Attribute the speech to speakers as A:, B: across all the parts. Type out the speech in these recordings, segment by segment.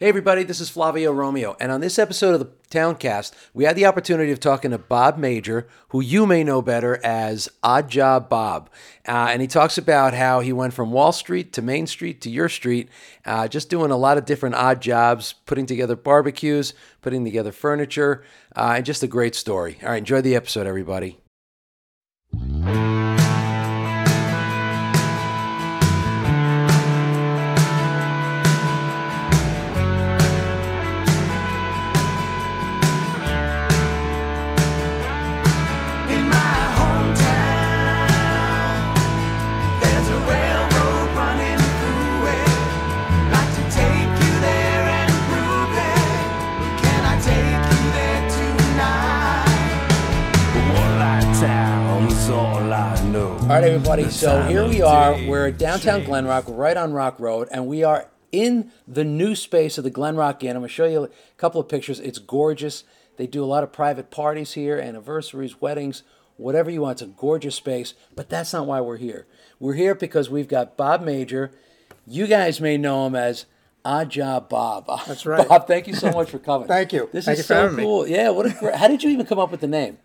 A: Hey, everybody, this is Flavio Romeo, and on this episode of the Towncast, we had the opportunity of talking to Bob Major, who you may know better as Odd Job Bob. Uh, and he talks about how he went from Wall Street to Main Street to your street, uh, just doing a lot of different odd jobs, putting together barbecues, putting together furniture, uh, and just a great story. All right, enjoy the episode, everybody.
B: In my hometown, there's a railroad running through it. Like to take you there and prove it. Can I take you there tonight? Warlock Town's all I know.
A: All right, everybody. So here we are. We're at downtown Glen Rock, right on Rock Road, and we are in the new space of the Glen Rock Inn. I'm going to show you a couple of pictures. It's gorgeous. They do a lot of private parties here, anniversaries, weddings, whatever you want. It's a gorgeous space, but that's not why we're here. We're here because we've got Bob Major. You guys may know him as Odd Job Bob. That's
C: right.
A: Bob, thank you so much for coming.
C: Thank you.
A: This
C: Thank
A: is
C: you for
A: so
C: having me.
A: cool. Yeah. What? A, great- how did you even come up with the name?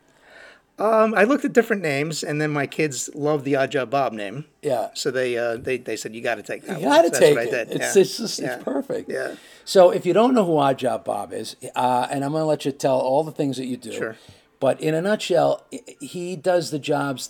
C: Um, I looked at different names, and then my kids loved the Odd Job Bob name.
A: Yeah.
C: So they uh, they they said you got to take that.
A: You
C: one."
A: gotta
C: So
A: take
C: that's what
A: it.
C: I did.
A: It's,
C: yeah.
A: it's just
C: Yeah.
A: it's perfect.
C: Yeah.
A: So if you don't know who Odd Job Bob is, uh, and I'm going to let you tell all the things that you do.
C: Sure.
A: But in a nutshell, i- he does the jobs,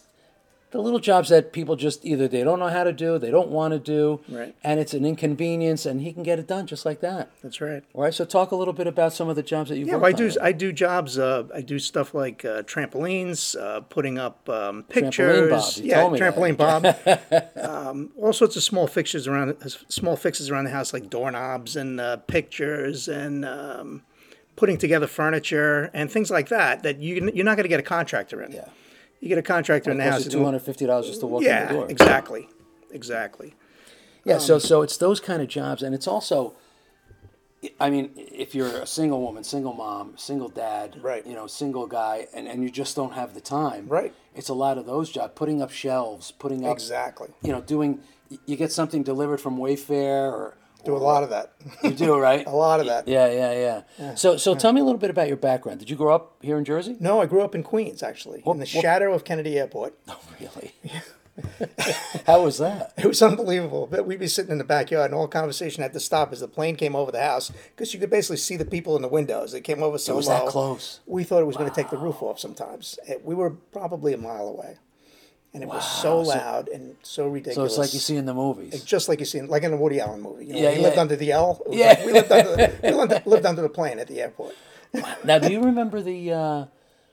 A: the little jobs that people just either they don't know how to do, they don't want to do,
C: Right.
A: and it's an inconvenience, and he can get it done just like that.
C: That's right.
A: All right. So talk a little bit about some of the jobs that you've
C: Yeah,
A: worked
C: well,
A: on.
C: I do. I do jobs. Uh, I do stuff like uh, trampolines, uh, putting up um, pictures.
A: Bob, you
C: yeah,
A: told me that.
C: trampoline Bob. um, all sorts of small fixtures around small fixes around the house, like doorknobs and uh, pictures and um, putting together furniture and things like that. That you you're not going to get a contractor in.
A: Yeah.
C: You get a contractor in the house.
A: Costs
C: to
A: you
C: do
A: two
C: it.
A: hundred fifty dollars just to walk in
C: Yeah,
A: the door.
C: exactly, exactly.
A: Yeah, so
C: Um,
A: so it's those kind of jobs, and it's also, I mean, if you're a single woman, single mom, single dad,
C: Right.
A: You know, single guy, and, and you just don't have the time,
C: Right.
A: It's a lot of those jobs, putting up shelves, putting up,
C: Exactly.
A: you know, doing. You get something delivered from Wayfair, or
C: Do a lot of that.
A: you do right?
C: a lot of that.
A: Yeah, yeah, yeah. So so tell me a little bit about your background. Did you grow up here in Jersey?
C: No, I grew up in Queens, actually, in the shadow of Kennedy Airport.
A: Really? How was that?
C: It was unbelievable. But we'd be sitting in the backyard, and all conversation had to stop as the plane came over the house because you could basically see the people in the windows. It came over so
A: was
C: low.
A: that close.
C: We thought it was going to take the roof off. Sometimes It- we were probably a mile away, and it was so loud and so
A: So
C: ridiculous.
A: it's like you see in the movies.
C: just like you see, in- like in a Woody Allen movie. You know,
A: Yeah,
C: he lived
A: yeah.
C: under the L. It was
A: Yeah.
C: like we lived under the, we lived- lived under the plane at the airport.
A: Now, do you remember the uh,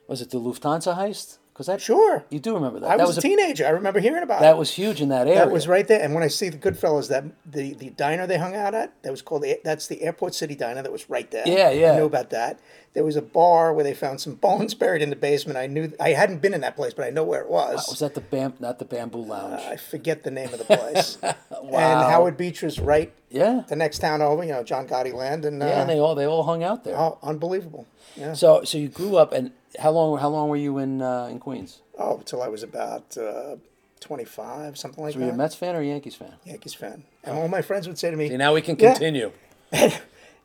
A: was it the Lufthansa heist? Because that
C: Sure.
A: you do remember that.
C: I
A: that
C: was, a teenager. I remember hearing about
A: that
C: it.
A: was huge in that area.
C: That was right there. And when I see the Goodfellas, that the, the diner they hung out at, that was called the, that's the Airport City Diner. That was right there.
A: Yeah, yeah.
C: I knew about that. There was a bar where they found some bones buried in the basement. I knew I hadn't been in that place, but I know where it was.
A: Was that the bam? Not the bamboo lounge.
C: I forget the name of the place. And Howard Beach was right
A: yeah.
C: the next town over. You know, John Gotti Land, and, uh,
A: yeah, and they all they all hung out there.
C: oh, unbelievable. Yeah.
A: So so you grew up, and how long how long were you in uh, in Queens?
C: Oh, till I was about uh, twenty five, something like
A: Were you a
C: that.
A: Mets fan or a Yankees fan?
C: Yankees fan, and all my friends would say to me,
A: now we can
C: Yeah.
A: continue.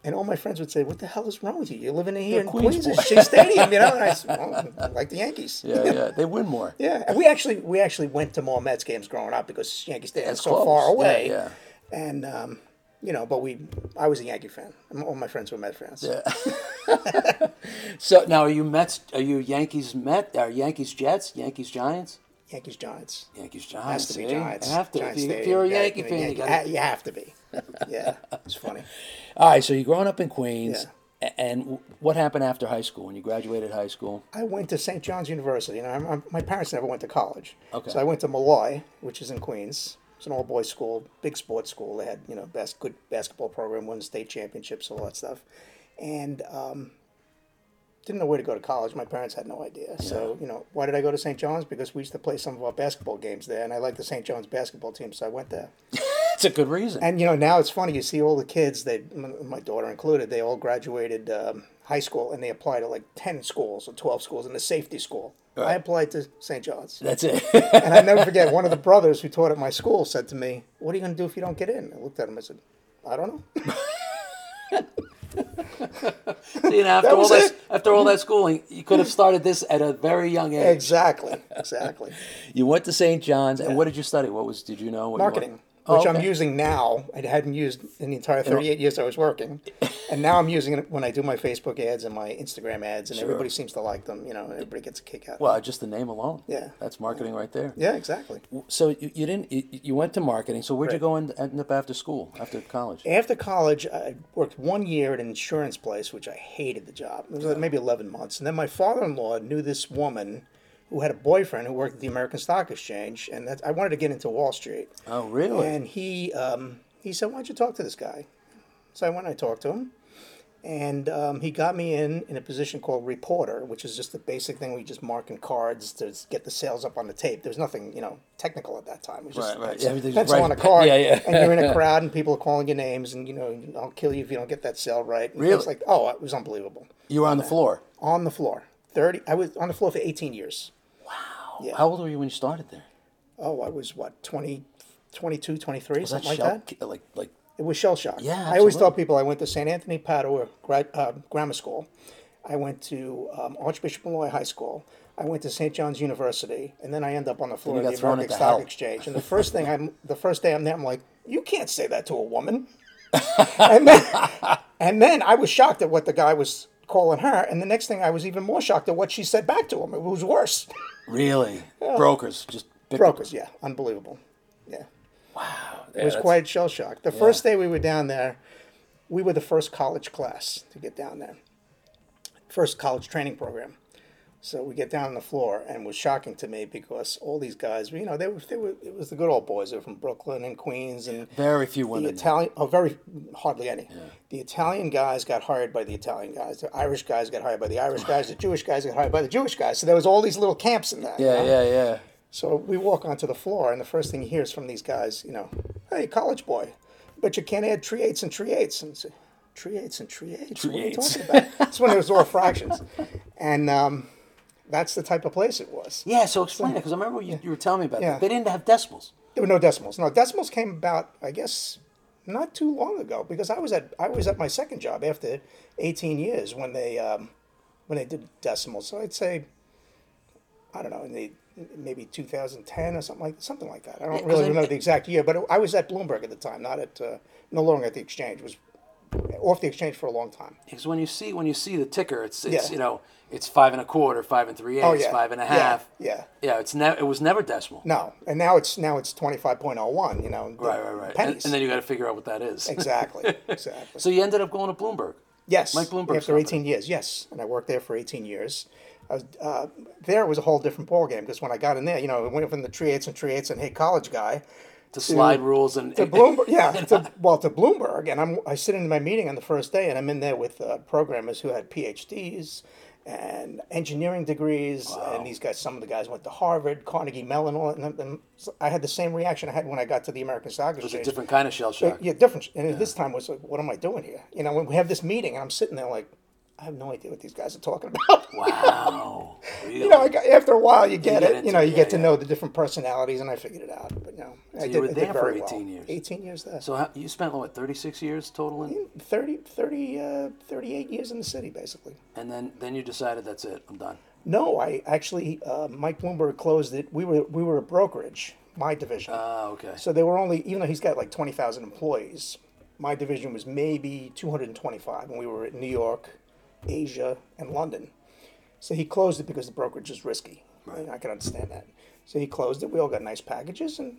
C: And all my friends would say, "What the hell is wrong with you? You're living in here in
A: Queens
C: Queens,
A: boy."
C: at Shea Stadium, you know." And I said, well, I "Like the Yankees."
A: Yeah, yeah, they win more.
C: Yeah. And we actually we actually went to more Mets games growing up because Yankee Stadium was
A: It's
C: so
A: close.
C: far
A: Yeah,
C: away.
A: yeah.
C: And um, you know, but we I was a Yankee fan. And All my friends were Met fans. Yeah.
A: So now are you Mets? Are you Yankees Met? Are Yankees Jets? Yankees Giants?
C: Yankees Giants.
A: Yankees
C: Has
A: Giants.
C: to be
A: eh?
C: Giants.
A: Have to.
C: Giants
A: if, you,
C: Stadium.
A: are a
C: Yeah,
A: Yankee
C: you
A: fan, you
C: Yankee-
A: got
C: you have to be. Yeah, it's funny.
A: All right, so you're growing up in Queens, a- and w- what happened after high school when you graduated high school?
C: I went to St. John's University, and I'm, I'm, my parents never went to college.
A: Okay.
C: So I went to Malloy, which is in Queens. It's an all-boys school, big sports school. They had you know best good basketball program, won state championships, all that stuff, and um, didn't know where to go to college. My parents had no idea. So you know why did I go to St. John's? Because we used to play some of our basketball games there, and I liked the St. John's basketball team, so I went there.
A: That's a good reason.
C: And you know, now it's funny. You see all the kids that m- my daughter included. They all graduated um, high school, and they apply to like ten schools or twelve schools in the safety school. I applied to St. John's,
A: That's it.
C: and I never forget. One of the brothers who taught at my school said to me, "What are you going to do if you don't get in?" I looked at him. I said, "I don't know."
A: See, and after all
C: was
A: that,
C: it.
A: after all that schooling, you could have started this at a very young age.
C: Exactly. Exactly.
A: You went to St. John's, and what did you study? What was did you know? What you
C: Marketing,
A: wanted-
C: which
A: Oh,
C: I'm
A: okay.
C: using now. I hadn't used in the entire 38 years I was working, and now I'm using it when I do my Facebook ads and my Instagram ads, and everybody seems to like them. You know, and everybody gets a kick out. of
A: Well, just the name alone.
C: Yeah.
A: that's marketing right there.
C: it. yeah, exactly.
A: So you, you didn't you, you went to marketing. So where'd you go and end up after school after college?
C: After college, I worked one year at an insurance place, which I hated the job. It was like maybe 11 months. And then my father in law knew this woman who had a boyfriend who worked at the American Stock Exchange. And that's, I wanted to get into Wall Street.
A: Oh, really?
C: And he, um, he said, Why don't you talk to this guy? So I went and I talked to him. And um, he got me in in a position called reporter, which is just the basic thing where you just marking cards to get the sales up on the tape. There was nothing, you know, technical at that time. It was just
A: Right, right.
C: pens-
A: Yeah, everything's
C: pencil
A: right.
C: on a card,
A: Yeah, yeah.
C: and you're in a crowd, and people are calling your names, and you know, I'll kill you if you don't get that sale right. And
A: Really?
C: It's like, oh, it was unbelievable.
A: you were on the floor.
C: On the floor, thirty. I was on the floor for eighteen years. Yeah.
A: How old were you when you started there?
C: Oh, I was what 20, 22, 23,
A: Was that
C: something like
A: shell-
C: that.
A: ki- Like like
C: It was shell shock.
A: Yeah,
C: I always
A: absolutely.
C: tell people I went to St. Anthony Padua grad, uh, Grammar School. I went to um, Archbishop Malloy High School. I went to St. John's University, and then I end up on the floor
A: you
C: of
A: got
C: the
A: thrown
C: American
A: into
C: Stock
A: hell.
C: Exchange. And the first thing I'm, the first day I'm there, I'm like, you can't say that to a woman. and then, and then I was shocked at what the guy was calling her. And the next thing, I was even more shocked at what she said back to him. It was worse.
A: really brokers just big,
C: Brokers, yeah, unbelievable. Yeah.
A: Yeah,
C: It was
A: that's-
C: quite shell shocked. The first day we were down there, we were the first college class to get down there, first college training program. So we get down on the floor, and it was shocking to me because all these guys, you know, they were, they were it was the good old boys. They were from Brooklyn and Queens, and
A: Very few
C: the
A: women.
C: Italian, oh, very hardly any. The Italian guys got hired by the Italian guys. The Irish guys got hired by the Irish guys. The Jewish guys got hired by the Jewish guys. So there was all these little camps in there. you
A: yeah,
C: know?
A: yeah, yeah.
C: So we walk onto the floor, and the first thing you hear is from these guys, you know, hey, college boy, but you can't add three eights and three eights. And say, three eights and three eights? What are you
A: Three-eighths.
C: talking about? That's when it was all fractions. And um, that's the type of place it was.
A: Yeah, so explain it because I remember you, you were telling me about
C: Yeah.
A: that. They didn't have decimals.
C: There were no decimals. No, decimals came about, I guess, not too long ago because I was at I was at my second job after 18 years when they um, when they did decimals. So I'd say, I don't know, in the, maybe 2010 or something like something like that. I don't
A: 'cause
C: really
A: I-
C: remember the exact year, but I was at Bloomberg at the time, not at uh, no longer at the exchange. It was off the exchange for a long time.
A: Because when you see when you see the ticker, it's it's
C: Yeah. Oh,
A: you know it's five and a quarter, five and three eighths,
C: yeah.
A: five and a
C: Yeah,
A: half.
C: yeah.
A: yeah. It's never it was never decimal.
C: No, and now it's now it's 25.01. You know,
A: Right, right, right. And-
C: pennies.
A: And, then you got to figure out what that is.
C: exactly, exactly.
A: So you ended up going to Bloomberg.
C: Yes.
A: Mike Bloomberg's
C: After
A: company.
C: 18 years, yes. And I worked there for 18 years. I was, uh, there was a whole different ballgame because when I got in there, you know, it went from the three eights and three eights and hey, college guy
A: to slide rules and
C: to Bloomberg. Yeah. To, well, to Bloomberg. And I'm, I sit in my meeting on the first day and I'm in there with uh, programmers who had PhDs and engineering degrees. And these guys, some of the guys went to Harvard, Carnegie Mellon, all, and, and I had the same reaction I had when I got to the American Stock Exchange.
A: It's a different kind of shell shock.
C: Yeah, different. And this time was like, what am I doing here? You know, when we have this meeting, and I'm sitting there like, I have no idea what these guys are talking about.
A: Wow. Really?
C: you know, I got, after a while, you get,
A: get
C: it.
A: into
C: You know,
A: it,
C: you
A: yeah,
C: get to
A: yeah.
C: know the different personalities, and I figured it out. But no, I
A: you
C: did,
A: were
C: I did
A: there for
C: very
A: 18
C: well.
A: years.
C: 18 years there. So
A: so how, you spent what 36 years total, in,
C: 30, 30, uh, 38 years in the city, basically.
A: and then then you decided that's it. I'm done.
C: No, I actually, uh, Mike Bloomberg closed it. We were, we were a brokerage, my division.
A: Ah, okay.
C: So they were only, even though he's got like 20,000 employees, my division was maybe 225, and we were at New York, Asia, and London. So he closed it because the brokerage is risky. And I can understand that. So he closed it. We all got nice packages, and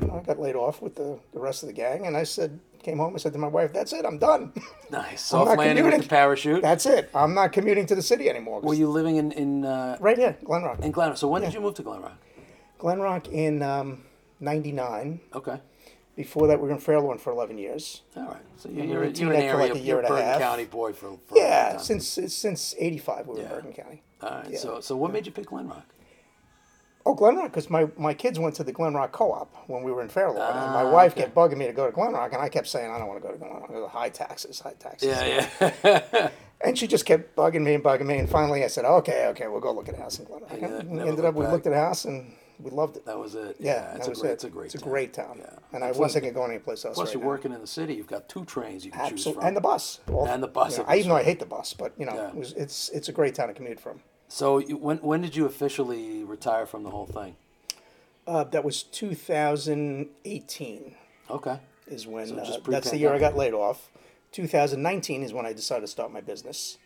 C: you know, I got laid off with the, the rest of the gang. And I said, came home, I said to my wife, that's it, I'm done.
A: nice.
C: I'm
A: Soft
C: not
A: landing with the
C: commuting.
A: parachute.
C: that's it. I'm not commuting to the city anymore.
A: Were you living in in uh,
C: right here, Glen Rock.
A: in Glen Rock? So when did you move to Glen Rock?
C: Glen Rock in um, 99.
A: Okay.
C: Before that, we were in Fairlawn for 11 years.
A: All right. So you- you're,
C: we
A: you're an
C: teamed up for
A: area,
C: like a year
A: you're a
C: and a
A: Bergen
C: half.
A: County boy for, for a long
C: Yeah,
A: time.
C: since since '85 we were in Bergen County.
A: All right.
C: yeah.
A: So so what made you pick Glen Rock?
C: Oh, Glen Rock, because my, my kids went to the Glen Rock Co-op when we were in Fairlawn, and
A: Ah,
C: my wife kept bugging me to go to Glen Rock, and I kept saying I don't want to go to Glen Rock. There's High taxes, high taxes.
A: Yeah, yeah.
C: And she just kept bugging me and bugging me, and finally I said, okay, okay, we'll go look at a house in Glen Rock.
A: Yeah,
C: And we
A: never
C: ended up,
A: looked
C: we
A: back.
C: looked at a house, and We loved it.
A: That was it.
C: yeah,
A: it's
C: that
A: a
C: was
A: great,
C: it.
A: It's a great.
C: It's a
A: town.
C: great town.
A: Yeah.
C: And I wasn't thinking of going anyplace else.
A: Plus,
C: right
A: you're
C: now.
A: working in the city. You've got two trains you can choose
C: Absolutely,
A: from.
C: and the bus. Well,
A: And the bus,
C: you know,
A: it
C: I
A: was-
C: even though I hate the bus, but you know,
A: Yeah.
C: it was, it's it's a great town to commute from.
A: so, you, when when did you officially retire from the whole thing?
C: Uh, that was 2018
A: Okay.
C: is when
A: So just
C: uh, that's the year I
A: pre-pandemic.
C: got laid off. 2019 is when I decided to start my business.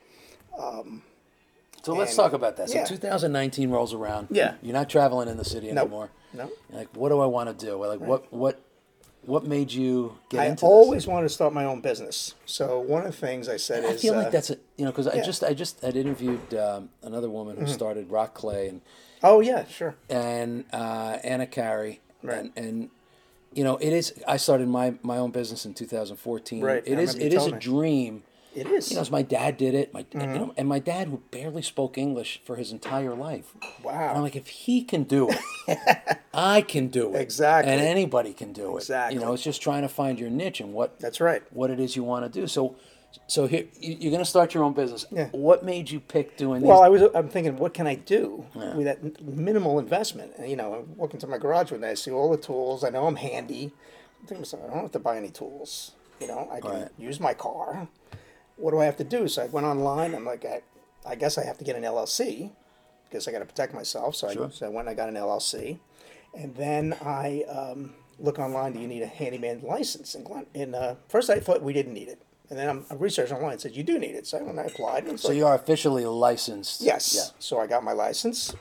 A: So let's
C: And-
A: talk about that. So
C: yeah.
A: 2019 rolls around.
C: Yeah.
A: You're not traveling in the city
C: No.
A: anymore.
C: No.
A: You're like, what do I want to do? Like, what what what made you get
C: I
A: into this?
C: always wanted to start my own business. So one of the things I said
A: I
C: is
A: feel
C: uh,
A: like that's a, you know because I just I just had interviewed um, another woman who
C: Mm-hmm.
A: started Rock Clay and
C: oh yeah, sure.
A: and uh, Anna Carey
C: Right.
A: and and you know it is I started my my own business in 2014.
C: Right,
A: It
C: I
A: is
C: remember you
A: it is a
C: telling me. Mm-hmm.
A: dream.
C: It is.
A: You know, as my dad did it, my you know, and my dad who barely spoke English for his entire life.
C: wow.
A: And I'm like, if he can do it, I can do it.
C: Exactly.
A: And anybody can do it.
C: Exactly.
A: You know, it's just trying to find your niche and what
C: that's right.
A: what it is you want to do. So, so here you- you're going to start your own business.
C: Yeah.
A: What made you pick doing
C: Well, I
A: these?
C: was. I'm thinking, what can I do with that n- minimal investment? And, you know, I walk into my garage one day, I see all the tools. I know I'm handy. I'm thinking, to myself, I don't have to buy any tools. You know, I can
A: Right.
C: use my car. What do I have to do? So I went online. I'm like, I, I guess I have to get an LLC because I got to protect myself. So, I,
A: Sure.
C: so I went. and I got an LLC, and then I um, look online. Do you need a handyman license? And, Glen- and uh, first I thought we didn't need it, and then I'm, I researched online. and said you do need it. So I went and I applied. And it's
A: so
C: like-
A: you are officially licensed.
C: Yes.
A: Yeah.
C: So I got my license,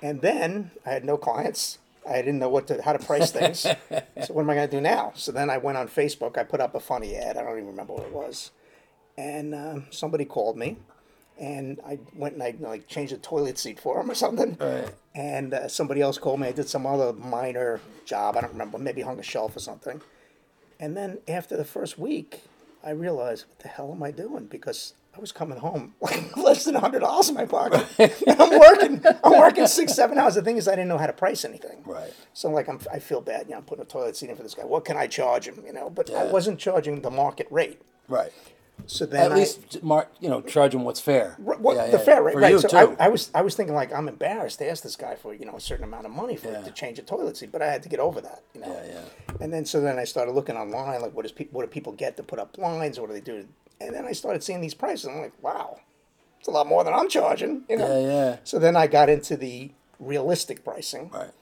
C: and then I had no clients. I didn't know what to how to price things. so what am I going to do now? So then I went on Facebook. I put up a funny ad. I don't even remember what it was, and um, somebody called me, and I went and I like changed a toilet seat for him or something. And uh, somebody else called me. I did some other minor job. I don't remember. Maybe hung a shelf or something. And then after the first week, I realized, what the hell am I doing? Because I was coming home like less than hundred dollars in my pocket. And I'm working. I'm working six, seven hours. The thing is, I didn't know how to price anything.
A: Right.
C: So like, I'm, I feel bad. You know, I'm putting a toilet seat in for this guy. What can I charge him? You know, but I
A: Yeah.
C: wasn't charging the market rate.
A: Right.
C: So then
A: At
C: I-
A: least mark, you know, charge them what's fair.
C: Right, What,
A: Yeah,
C: the
A: yeah,
C: fair rate,
A: for
C: right?
A: you
C: so
A: too.
C: I, I was, I was thinking like I'm embarrassed to ask this guy for you know a certain amount of money for to change a toilet seat, but I had to get over that, you know.
A: Yeah, yeah.
C: And then so then I started looking online, like what does people, what do people get to put up blinds? What do they do? and then I started seeing these prices. I'm like, wow, it's a lot more than I'm charging, you know.
A: Yeah, yeah.
C: So then I got into the realistic pricing,
A: right.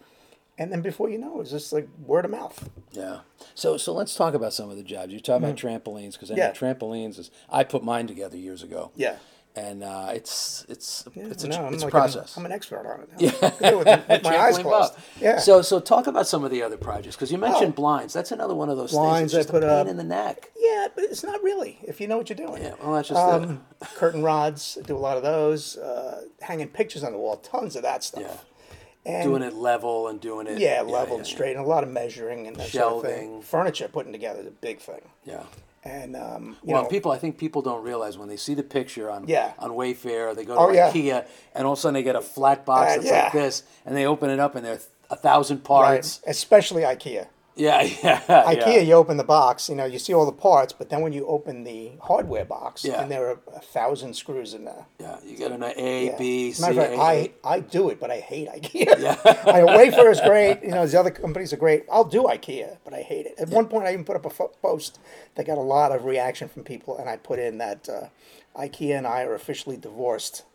C: and then before you know, it, it's just like word of mouth.
A: Yeah. So so let's talk about some of the jobs. You talk about trampolines because I know
C: Mm-hmm. Yeah.
A: trampolines is I put mine together years ago.
C: Yeah.
A: And uh, it's it's it's a,
C: No, I'm
A: it's a
C: like, I'm-
A: process.
C: I'm, an expert on it. Now. Yeah, with, with my eyes
A: Trampoline
C: closed.
A: Bob.
C: Yeah. Oh.
A: So so talk about some of the other projects because you mentioned blinds. That's another one of those
C: Blinds I
A: things. that's just
C: put
A: a pain
C: up.
A: in the neck.
C: Yeah, but it's not really if you know what you're doing.
A: Yeah, well, that's just
C: um, curtain rods. I do a lot of those. Uh, hanging pictures on the wall, tons of that stuff.
A: Yeah.
C: And
A: doing it level and doing it.
C: Yeah, level
A: yeah,
C: and straight, and a lot of measuring and that sort of
A: Shelving.
C: thing. Furniture putting together is a big thing.
A: Yeah.
C: And um, you
A: Well,
C: know,
A: people, I think people don't realize when they see the picture on
C: Yeah.
A: on Wayfair, or they go to
C: Oh, yeah.
A: IKEA, and all of a sudden they get a flat box
C: Uh,
A: that's
C: yeah.
A: like this, and they open it up and there are a thousand
C: right,
A: parts.
C: especially IKEA.
A: Yeah, yeah,
C: IKEA,
A: yeah.
C: you open the box, you know, you see all the parts, but then when you open the hardware box,
A: Yeah.
C: and there are a thousand screws in there.
A: Yeah, you get an A,
C: Yeah.
A: B, C,
C: Matter of fact,
A: A,
C: I, I do it, but I hate IKEA. I mean, Wayfair is great. You know, the other companies are great. I'll do IKEA, but I hate it. At one point, I even put up a fo- post that got a lot of reaction from people, and I put in that uh, IKEA and I are officially divorced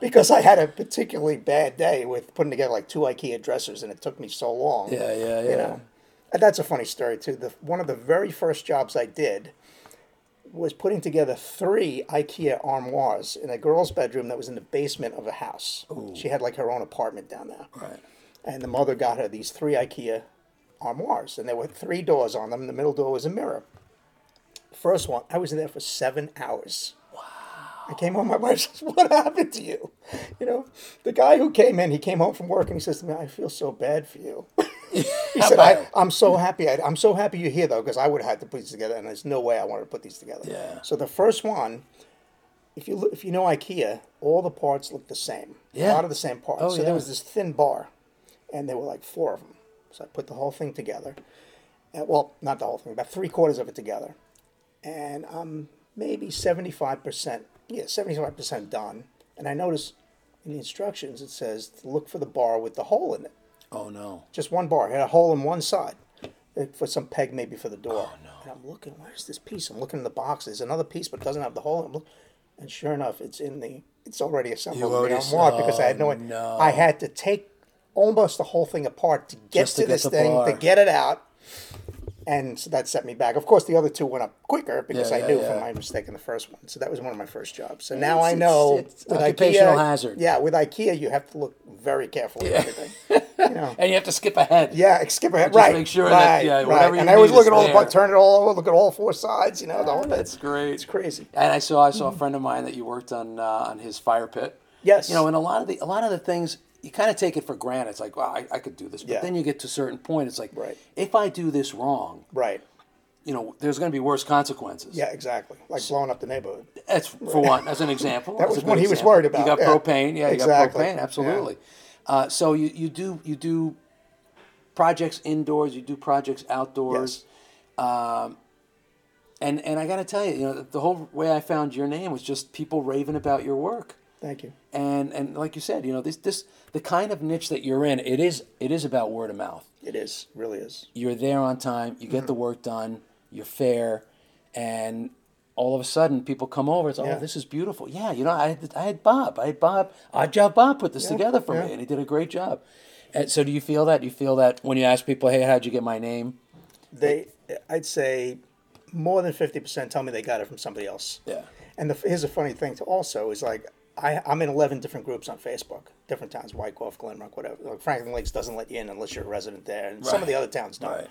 C: because I had a particularly bad day with putting together like two IKEA dressers, and it took me so long.
A: Yeah, yeah, yeah.
C: You know, and that's a funny story too. The one of the very first jobs I did was putting together three IKEA armoires in a girl's bedroom that was in the basement of a house. She had like her own apartment down there.
A: Right.
C: And the mother got her these three IKEA armoires, and there were three doors on them. The middle door was a mirror. First one, I was in there for seven hours. Wow. I came home, my wife says, What happened to you? You know, the guy who came in, he came home from work and he says to me, I feel so bad for you. he said, I, I'm so happy. I, I'm so happy you're here, though, because I would have had to put these together, and there's no way I wanted to put these together.
A: Yeah.
C: So the first one, if you look, if you know IKEA, all the parts look the same.
A: Yeah.
C: A lot of the same parts.
A: Oh,
C: so
A: yeah.
C: there was this thin bar, and there were like four of them. So I put the whole thing together. Uh, well, not the whole thing, about three quarters of it together, and I'm maybe 75 percent, yeah, 75 percent done. And I noticed in the instructions it says to look for the bar with the hole in it.
A: Oh no.
C: Just one bar. It had a hole in one side. It- For some peg maybe for the door.
A: Oh, no.
C: And I'm looking, where's this piece? I'm looking in the box. There's another piece but it doesn't have the hole. I'm look, and sure enough, it's in the it's already assembled.
A: already
C: I
A: s-
C: don't want because I had no,
A: oh, no.
C: I had to take almost the whole thing apart to get
A: Just to
C: to,
A: get
C: this
A: the
C: thing
A: bar.
C: to get it out. And so that set me back. Of course, the other two went up quicker because
A: Yeah,
C: I
A: yeah,
C: knew
A: yeah.
C: from my mistake in the first one. So that was one of my first jobs. So now
A: It's-
C: I
A: it's-
C: know
A: it's
C: with
A: occupational
C: IKEA-
A: hazard.
C: Yeah, with IKEA, you have to look very carefully at everything. you know.
A: And you have to skip ahead.
C: Yeah, skip ahead. Right.
A: make sure
C: right,
A: that, yeah,
C: right.
A: whatever you
C: And I always
A: need
C: look
A: is
C: at all the
A: there. Oh,
C: turn it all over, look at all four sides. You know, the whole thing.
A: that's great.
C: It's crazy.
A: And I saw I saw a friend of mine that you worked on uh, on his fire pit.
C: Hmm. Yes.
A: You know, and a lot of the a lot of the things you kind of take it for granted. It's like, wow, I, I could do this. But
C: Yeah.
A: then you get to a certain point, it's like,
C: Right.
A: if I do this wrong,
C: Right.
A: you know, there's going to be worse consequences.
C: Yeah, exactly. Like blowing up the neighborhood.
A: That's for one, as an example.
C: That
A: That's
C: was
A: a good
C: one he was
A: example.
C: worried about,
A: You got
C: yeah.
A: propane, yeah,
C: Exactly,
A: you got propane,
C: yeah.
A: absolutely. Uh, so you, you do you do projects indoors, you do projects outdoors. Um, And and I got to tell you, you know, the whole way I found your name was just people raving about your work.
C: Thank you.
A: And and like you said, you know, this this the kind of niche that you're in, it is it is about word of mouth.
C: It is. Really is.
A: You're there on time, you get
C: Mm-hmm.
A: the work done, you're fair, and all of a sudden people come over. It's
C: Yeah.
A: oh, this is beautiful. Yeah, you know, I had, I had Bob, I had Bob, Odd Job Bob put this together for
C: yeah.
A: me, and he did a great job. And so, do you feel that? Do you feel that when you ask people, hey, how'd you get my name?
C: They, I'd say, more than fifty percent tell me they got it from somebody else.
A: Yeah.
C: And the, here's a funny thing to also is like I, I'm in 11 different groups on Facebook, different towns, Wyckoff, Glenrock, whatever. Like Franklin Lakes doesn't let you in unless you're a resident there, and some of the
A: Right.
C: other towns don't.
A: Right.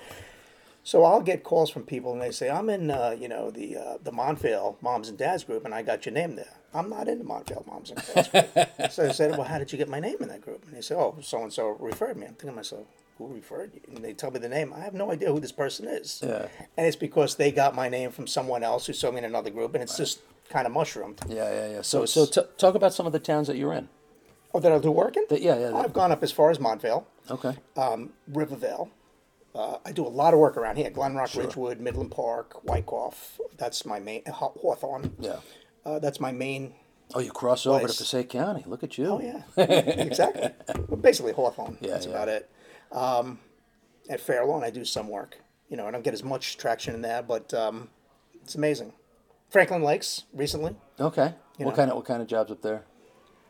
C: So I'll get calls from people, and they say, "I'm in, uh, you know, the uh, the Montvale Moms and Dads group, and I got your name there. I'm not in the Montvale Moms and Dads group." so I said, "Well, how did you get my name in that group?" And they said, "Oh, so and so referred me." I'm thinking to myself, "Who referred you?" And they tell me the name. I have no idea who this person is.
A: Yeah.
C: And it's because they got my name from someone else who saw me in another group, and it's just kind of mushroomed.
A: Yeah, yeah, yeah. So, so
C: it's-
A: t- talk about some of the towns that you're in.
C: Oh, that I'll do working?
A: That- yeah, yeah, that-
C: I've gone up as far as Montvale.
A: Okay.
C: um, Rivervale. Uh, I do a lot of work around here: Glen Rock, Ridgewood, Midland Park, Wyckoff. That's my main uh, Haw- Hawthorne.
A: Yeah.
C: Uh, that's my main.
A: Oh, you cross over to
C: Place.
A: Passaic County. Look at you.
C: Oh yeah, exactly. Well, basically Hawthorne.
A: Yeah,
C: that's
A: yeah.
C: about it. Um, at Fairlawn, I do some work. You know, I don't get as much traction in that, but um, it's amazing. Franklin Lakes recently,
A: Okay. what
C: know.
A: kind of what kind of jobs up there?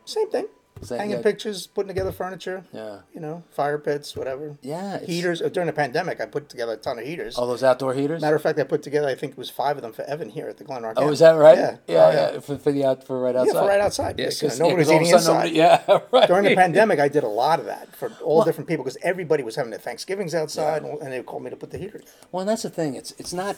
C: same thing.
A: Same-
C: Hanging
A: yeah.
C: pictures, putting together furniture.
A: Yeah.
C: You know, fire pits, whatever.
A: Yeah, it's- Oh,
C: Heaters. uh, During the pandemic, I put together a ton of heaters.
A: All those outdoor heaters.
C: Matter of fact, I put together, I think it was five of them for Evan here at the Glen Rock.
A: oh,
C: Inn.
A: is that right?
C: Yeah.
A: Yeah,
C: Oh,
A: yeah. For, for the out for right
C: Yeah,
A: outside.
C: for right outside.
A: Yeah,
C: because, you know,
A: because
C: nobody was eating inside.
A: yeah, right.
C: During the pandemic, I did a lot of that for all different people because everybody was having their Thanksgivings outside and- and they called me to put the heater down.
A: Well, and that's the thing. It's it's not,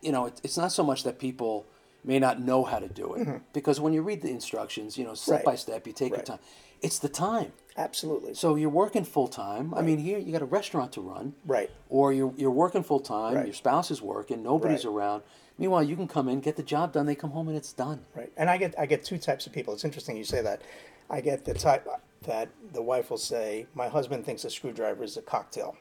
A: you know, it, it's not so much that people may not know how to do it because when you read the instructions, you know, step
C: Mm-hmm. Right.
A: by step, you take your
C: Right.
A: time. It's the time.
C: Absolutely.
A: So you're working full time. I mean, here you got a restaurant to run.
C: Right.
A: Or you're, you're working full time.
C: Right.
A: Your spouse is working. Nobody's
C: Right.
A: around. Meanwhile, you can come in, get the job done. They come home and it's done.
C: Right. And I get I get two types of people. It's interesting you say that. I get the type that the wife will say, "My husband thinks a screwdriver is a cocktail."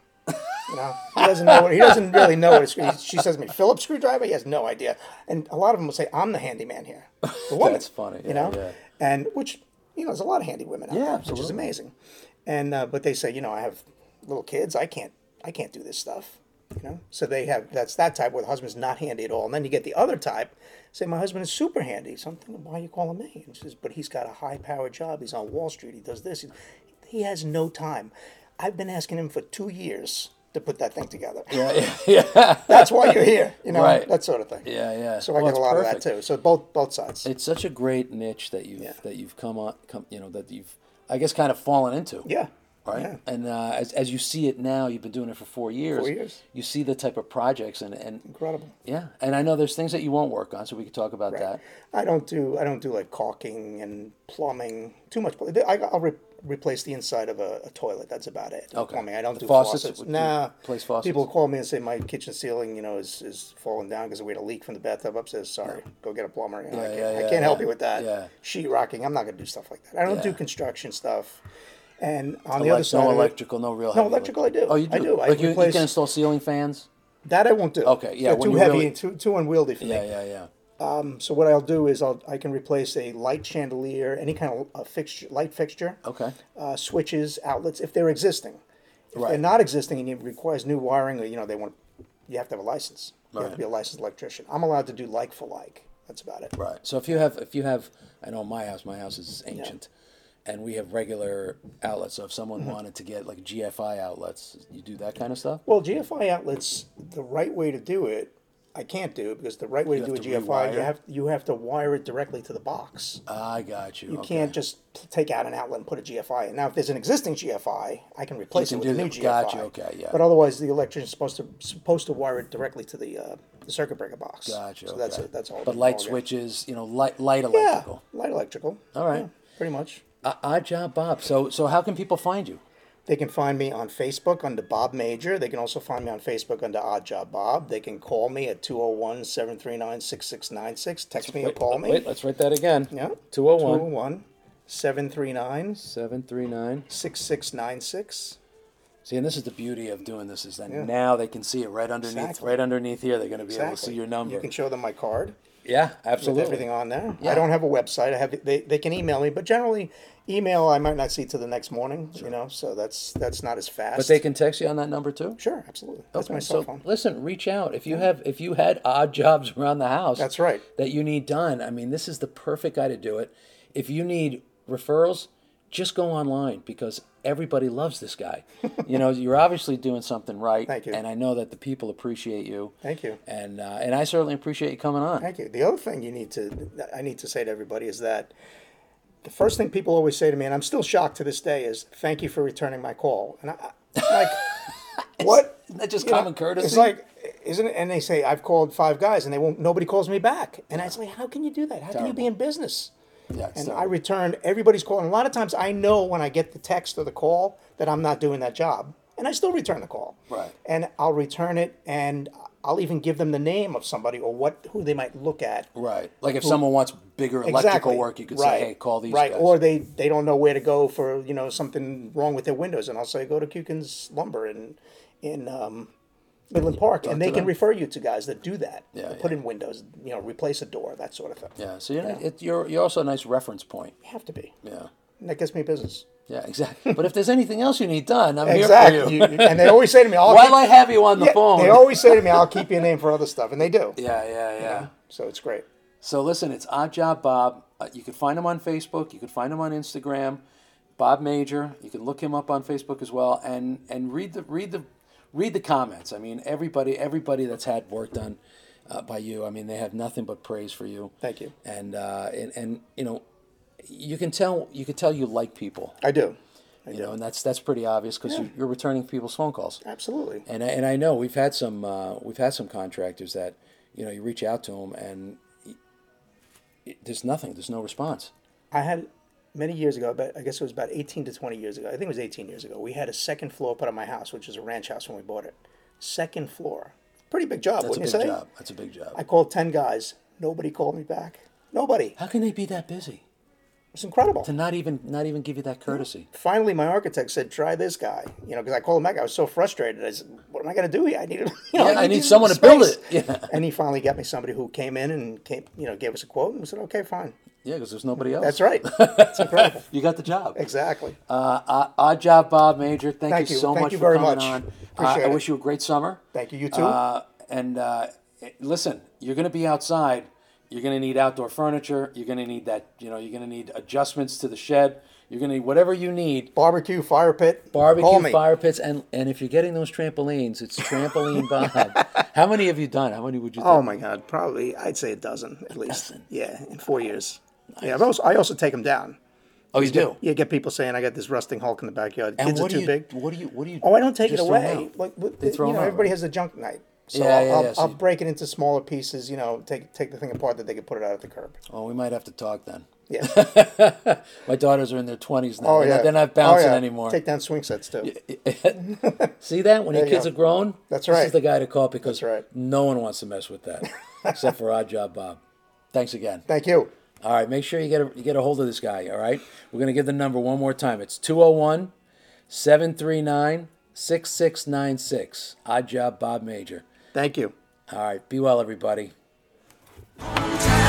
C: You know, he doesn't know. What, he doesn't really know what a screw. She says to me, "Phillips screwdriver." He has no idea. And a lot of them will say, "I'm the handyman here." The woman.
A: That's funny. Yeah,
C: you know,
A: yeah.
C: and which you know, there's a lot of handy women out
A: Yeah,
C: there, which is
A: absolutely.
C: amazing. And uh, but they say, you know, I have little kids. I can't. I can't do this stuff. You know, so they have that's that type where the husband's not handy at all, and then you get the other type. Say, my husband is super handy. So I'm thinking, why are you calling me? And she says, but he's got a high powered job. He's on Wall Street. He does this. He, he has no time. I've been asking him for two years to put that thing together.
A: Yeah, yeah,
C: that's why you're here. You know,
A: Right.
C: that sort of thing.
A: yeah. yeah.
C: So I
A: Well,
C: get
A: it's
C: a lot
A: perfect.
C: of that too. So both both sides.
A: It's such a great niche that you've that you've come on, come you know that you've I guess kind of fallen into.
C: yeah.
A: Right.
C: Yeah.
A: And uh, as as you see it now, you've been doing it for four years.
C: Four years.
A: You see the type of projects and and
C: Incredible.
A: yeah, and I know there's things that you won't work on, so we could talk about that.
C: I don't do I don't do like caulking and plumbing too much. pl- I, I'll re- replace the inside of a, a toilet. That's about it.
A: Okay.
C: Plumbing. I don't
A: The
C: do
A: faucets,
C: faucets.
A: would you
C: Nah.
A: replace faucets?
C: People call me and say my kitchen ceiling, you know, is, is falling down because we had a leak from the bathtub upstairs. Sorry, go get a plumber. You know, I
A: Yeah,
C: can't,
A: yeah,
C: I
A: yeah,
C: can't help
A: yeah.
C: you with that.
A: Yeah.
C: Sheet rocking. I'm not going to do stuff like that. I don't do
A: Yeah.
C: construction stuff. And on the
A: Elec-
C: other side,
A: no
C: of it-
A: electrical, no real.
C: No
A: heavy
C: electrical. I do.
A: Oh, you do.
C: I do. I
A: Like you, you
C: replace-
A: can install ceiling fans.
C: That I won't do.
A: Okay, yeah,
C: They're
A: when
C: too
A: you
C: heavy
A: really-
C: and too too unwieldy for me.
A: Yeah, yeah, yeah.
C: Um, so what I'll do is I'll I can replace a light chandelier, any kind of a fixture, light fixture,
A: Okay.
C: uh, switches, outlets, if they're existing. If
A: Right.
C: they're not existing and it requires new wiring, or you know they want, you have to have a license. You have
A: Right.
C: to be a licensed electrician. I'm allowed to do like for like. That's about it.
A: Right. So if you have, if you have, I know my house, my house is ancient, and we have regular outlets. So if someone
C: Mm-hmm.
A: wanted to get like GFI outlets, you do that kind of stuff.
C: Well, GFI outlets, the right way to do it, I can't do it because the right way to do a
A: have to
C: GFI, you
A: rewire?
C: have you have to wire it directly to the box.
A: I got you.
C: You can't just t- take out an outlet and put a GFI in. Now, if there's an existing GFI, I can replace
A: can
C: it with
A: do
C: a new
A: that.
C: GFI.
A: Gotcha, okay, yeah.
C: But otherwise, the electrician's supposed to supposed to wire it directly to the uh, the circuit breaker box.
A: Gotcha.
C: So that's
A: okay.
C: it. That's all.
A: But
C: all
A: light
C: I got.
A: switches, you know, light light
C: Yeah,
A: electrical.
C: light electrical.
A: All right.
C: Yeah, pretty much.
A: Uh, odd job, Bob. So so how can people find you?
C: They can find me on Facebook under Bob Major. They can also find me on Facebook under Odd Job Bob. They can call me at 201 739 6696. Text me or call me.
A: Wait, let's oh write that again.
C: Yeah.
A: 201
C: 201 739
A: 739.
C: 6696.
A: See, and this is the beauty of doing this is that now they can see it right underneath,
C: Exactly.
A: right underneath here. They're going to be able to see your number.
C: You can show them my card.
A: yeah,
C: with
A: absolutely.
C: everything on there.
A: Yeah.
C: I don't have a website. I have they, they can email me, but generally email I might not see till the next morning, you know, so that's that's not as fast.
A: But they can text you on that number too.
C: Sure, absolutely. That's my
A: Okay,
C: cell
A: so
C: phone.
A: listen, reach out if you have if you had odd jobs around the house.
C: That's right.
A: That you need done. I mean, this is the perfect guy to do it. If you need referrals, just go online because everybody loves this guy. you know, you're obviously doing something right.
C: Thank you.
A: And I know that the people appreciate you.
C: Thank you.
A: And uh, and I certainly appreciate you coming on.
C: Thank you. The other thing you need to I need to say to everybody is that the first thing people always say to me, and I'm still shocked to this day, is "Thank you for returning my call." And I, I like, what?
A: Isn't that just
C: You know,
A: common courtesy?
C: It's like, isn't it? And they say I've called five guys, and they won't. Nobody calls me back. And I say, how can you do that? How can you be in business?
A: yeah, it's
C: And I
A: terrible.
C: return everybody's call. And a lot of times I know when I get the text or the call that I'm not doing that job. And I still return the call.
A: Right.
C: And I'll return it and I'll even give them the name of somebody or what who they might look at.
A: right. Like if someone wants bigger electrical
C: exactly.
A: work, you could
C: right.
A: say, "Hey, call these
C: Right.
A: guys."
C: Or they, they don't know where to go for, you know, something wrong with their windows. And I'll say, go to Kukin's Lumber in, in um, Midland Park. and they
A: to
C: can
A: them.
C: refer you to guys that do that.
A: Yeah,
C: that Put
A: yeah.
C: in windows, you know, replace a door, that sort of thing.
A: yeah. So you're, It, you're you're also a nice reference point.
C: You have to be.
A: Yeah.
C: And that gets me business.
A: Yeah, exactly. But if there's anything else you need done, I'm here for
C: Exactly.
A: you.
C: You- you- and they always say to me, I'll
A: While I have you on the
C: Yeah,
A: phone.
C: They always say to me, I'll keep your name for other stuff. And they do.
A: yeah, yeah, yeah.
C: So it's great.
A: So listen, it's Odd Job Bob. Uh, you can find him on Facebook. You can find him on Instagram. Bob Major. You can look him up on Facebook as well, and and read the read the read the comments. I mean, everybody everybody that's had work done uh, by you. I mean, they have nothing but praise for you.
C: Thank you.
A: And uh, and and you know, you can tell you can tell you like people.
C: I do.
A: You know, and that's that's pretty obvious because you you're returning people's phone calls.
C: Absolutely.
A: and I, and I know we've had some uh, we've had some contractors that you know you reach out to them and y- y- there's nothing there's no response
C: I had many years ago, but I guess it was about 18 to 20 years ago. I think it was 18 years ago. We had a second floor put on my house, which is a ranch house when we bought it. Second floor. Pretty big job,
A: that's a
C: wouldn't
A: big
C: you say?
A: job that's a big job
C: I called 10 guys. Nobody called me back. Nobody.
A: how can they be that busy
C: It's incredible.
A: to not even not even give you that courtesy
C: Finally, my architect said, "Try this guy." You know, because I called him back. I was so frustrated. I said, "What am I going to do here? I need, you know,
A: Yeah, I need
C: some
A: someone to build
C: space."
A: it. Yeah.
C: And he finally got me somebody who came in and came, you know, gave us a quote and said, "Okay, fine."
A: yeah because there's nobody else
C: That's right. That's incredible.
A: you got the job
C: Exactly.
A: uh, uh, odd job bob major thank,
C: Thank
A: you
C: you.
A: so
C: Thank
A: much
C: you
A: for
C: very
A: coming
C: much.
A: on Uh,
C: Appreciate
A: i
C: it.
A: wish you a great summer
C: Thank you. You too.
A: Uh, and uh, listen, you're going to be outside. You're going to need outdoor furniture. You're going to need that. You know, you're going to need adjustments to the shed. You're going to need whatever you need.
C: Barbecue fire pit. Call
A: Barbecue
C: me.
A: fire pits, and and if you're getting those trampolines, it's trampoline Bob. How many have you done? How many would you?
C: Oh
A: do?
C: my God! Probably, I'd say a dozen at least. Yeah, in four years. Yeah, I've also, I also take them down.
A: oh, you do.
C: You get people saying, "I got this rusting Hulk in the backyard.
A: And
C: Kids
A: what
C: are
A: do
C: too
A: you?
C: big."
A: What do you? What do you?
C: Oh, I don't take it
A: just throw 'em
C: away.
A: out?
C: Like with
A: They
C: the,
A: throw
C: you
A: 'em
C: know,
A: out,
C: everybody
A: right?
C: has a junk night, so
A: Yeah,
C: I'll,
A: yeah,
C: I'll,
A: yeah, so
C: I'll
A: you-
C: break it into smaller pieces. You know, take take the thing apart that they can put it out at the curb.
A: Oh, we might have to talk then.
C: Yeah.
A: My daughters are in their twenties now.
C: Oh
A: they're,
C: yeah.
A: not, they're not
C: Oh,
A: bouncing
C: yeah.
A: anymore.
C: Take down swing sets too.
A: See that when your
C: you
A: kids
C: go.
A: are grown,
C: That's
A: This
C: right.
A: is the guy to call because
C: That's right.
A: no one wants to mess with that, except for Odd Job Bob. Thanks again.
C: Thank you.
A: All right, make sure you get a, you get a hold of this guy. All right, we're gonna give the number one more time. It's 201 739 6696. Odd Job Bob Major.
C: Thank you.
A: All right, be well, everybody.
B: hometown.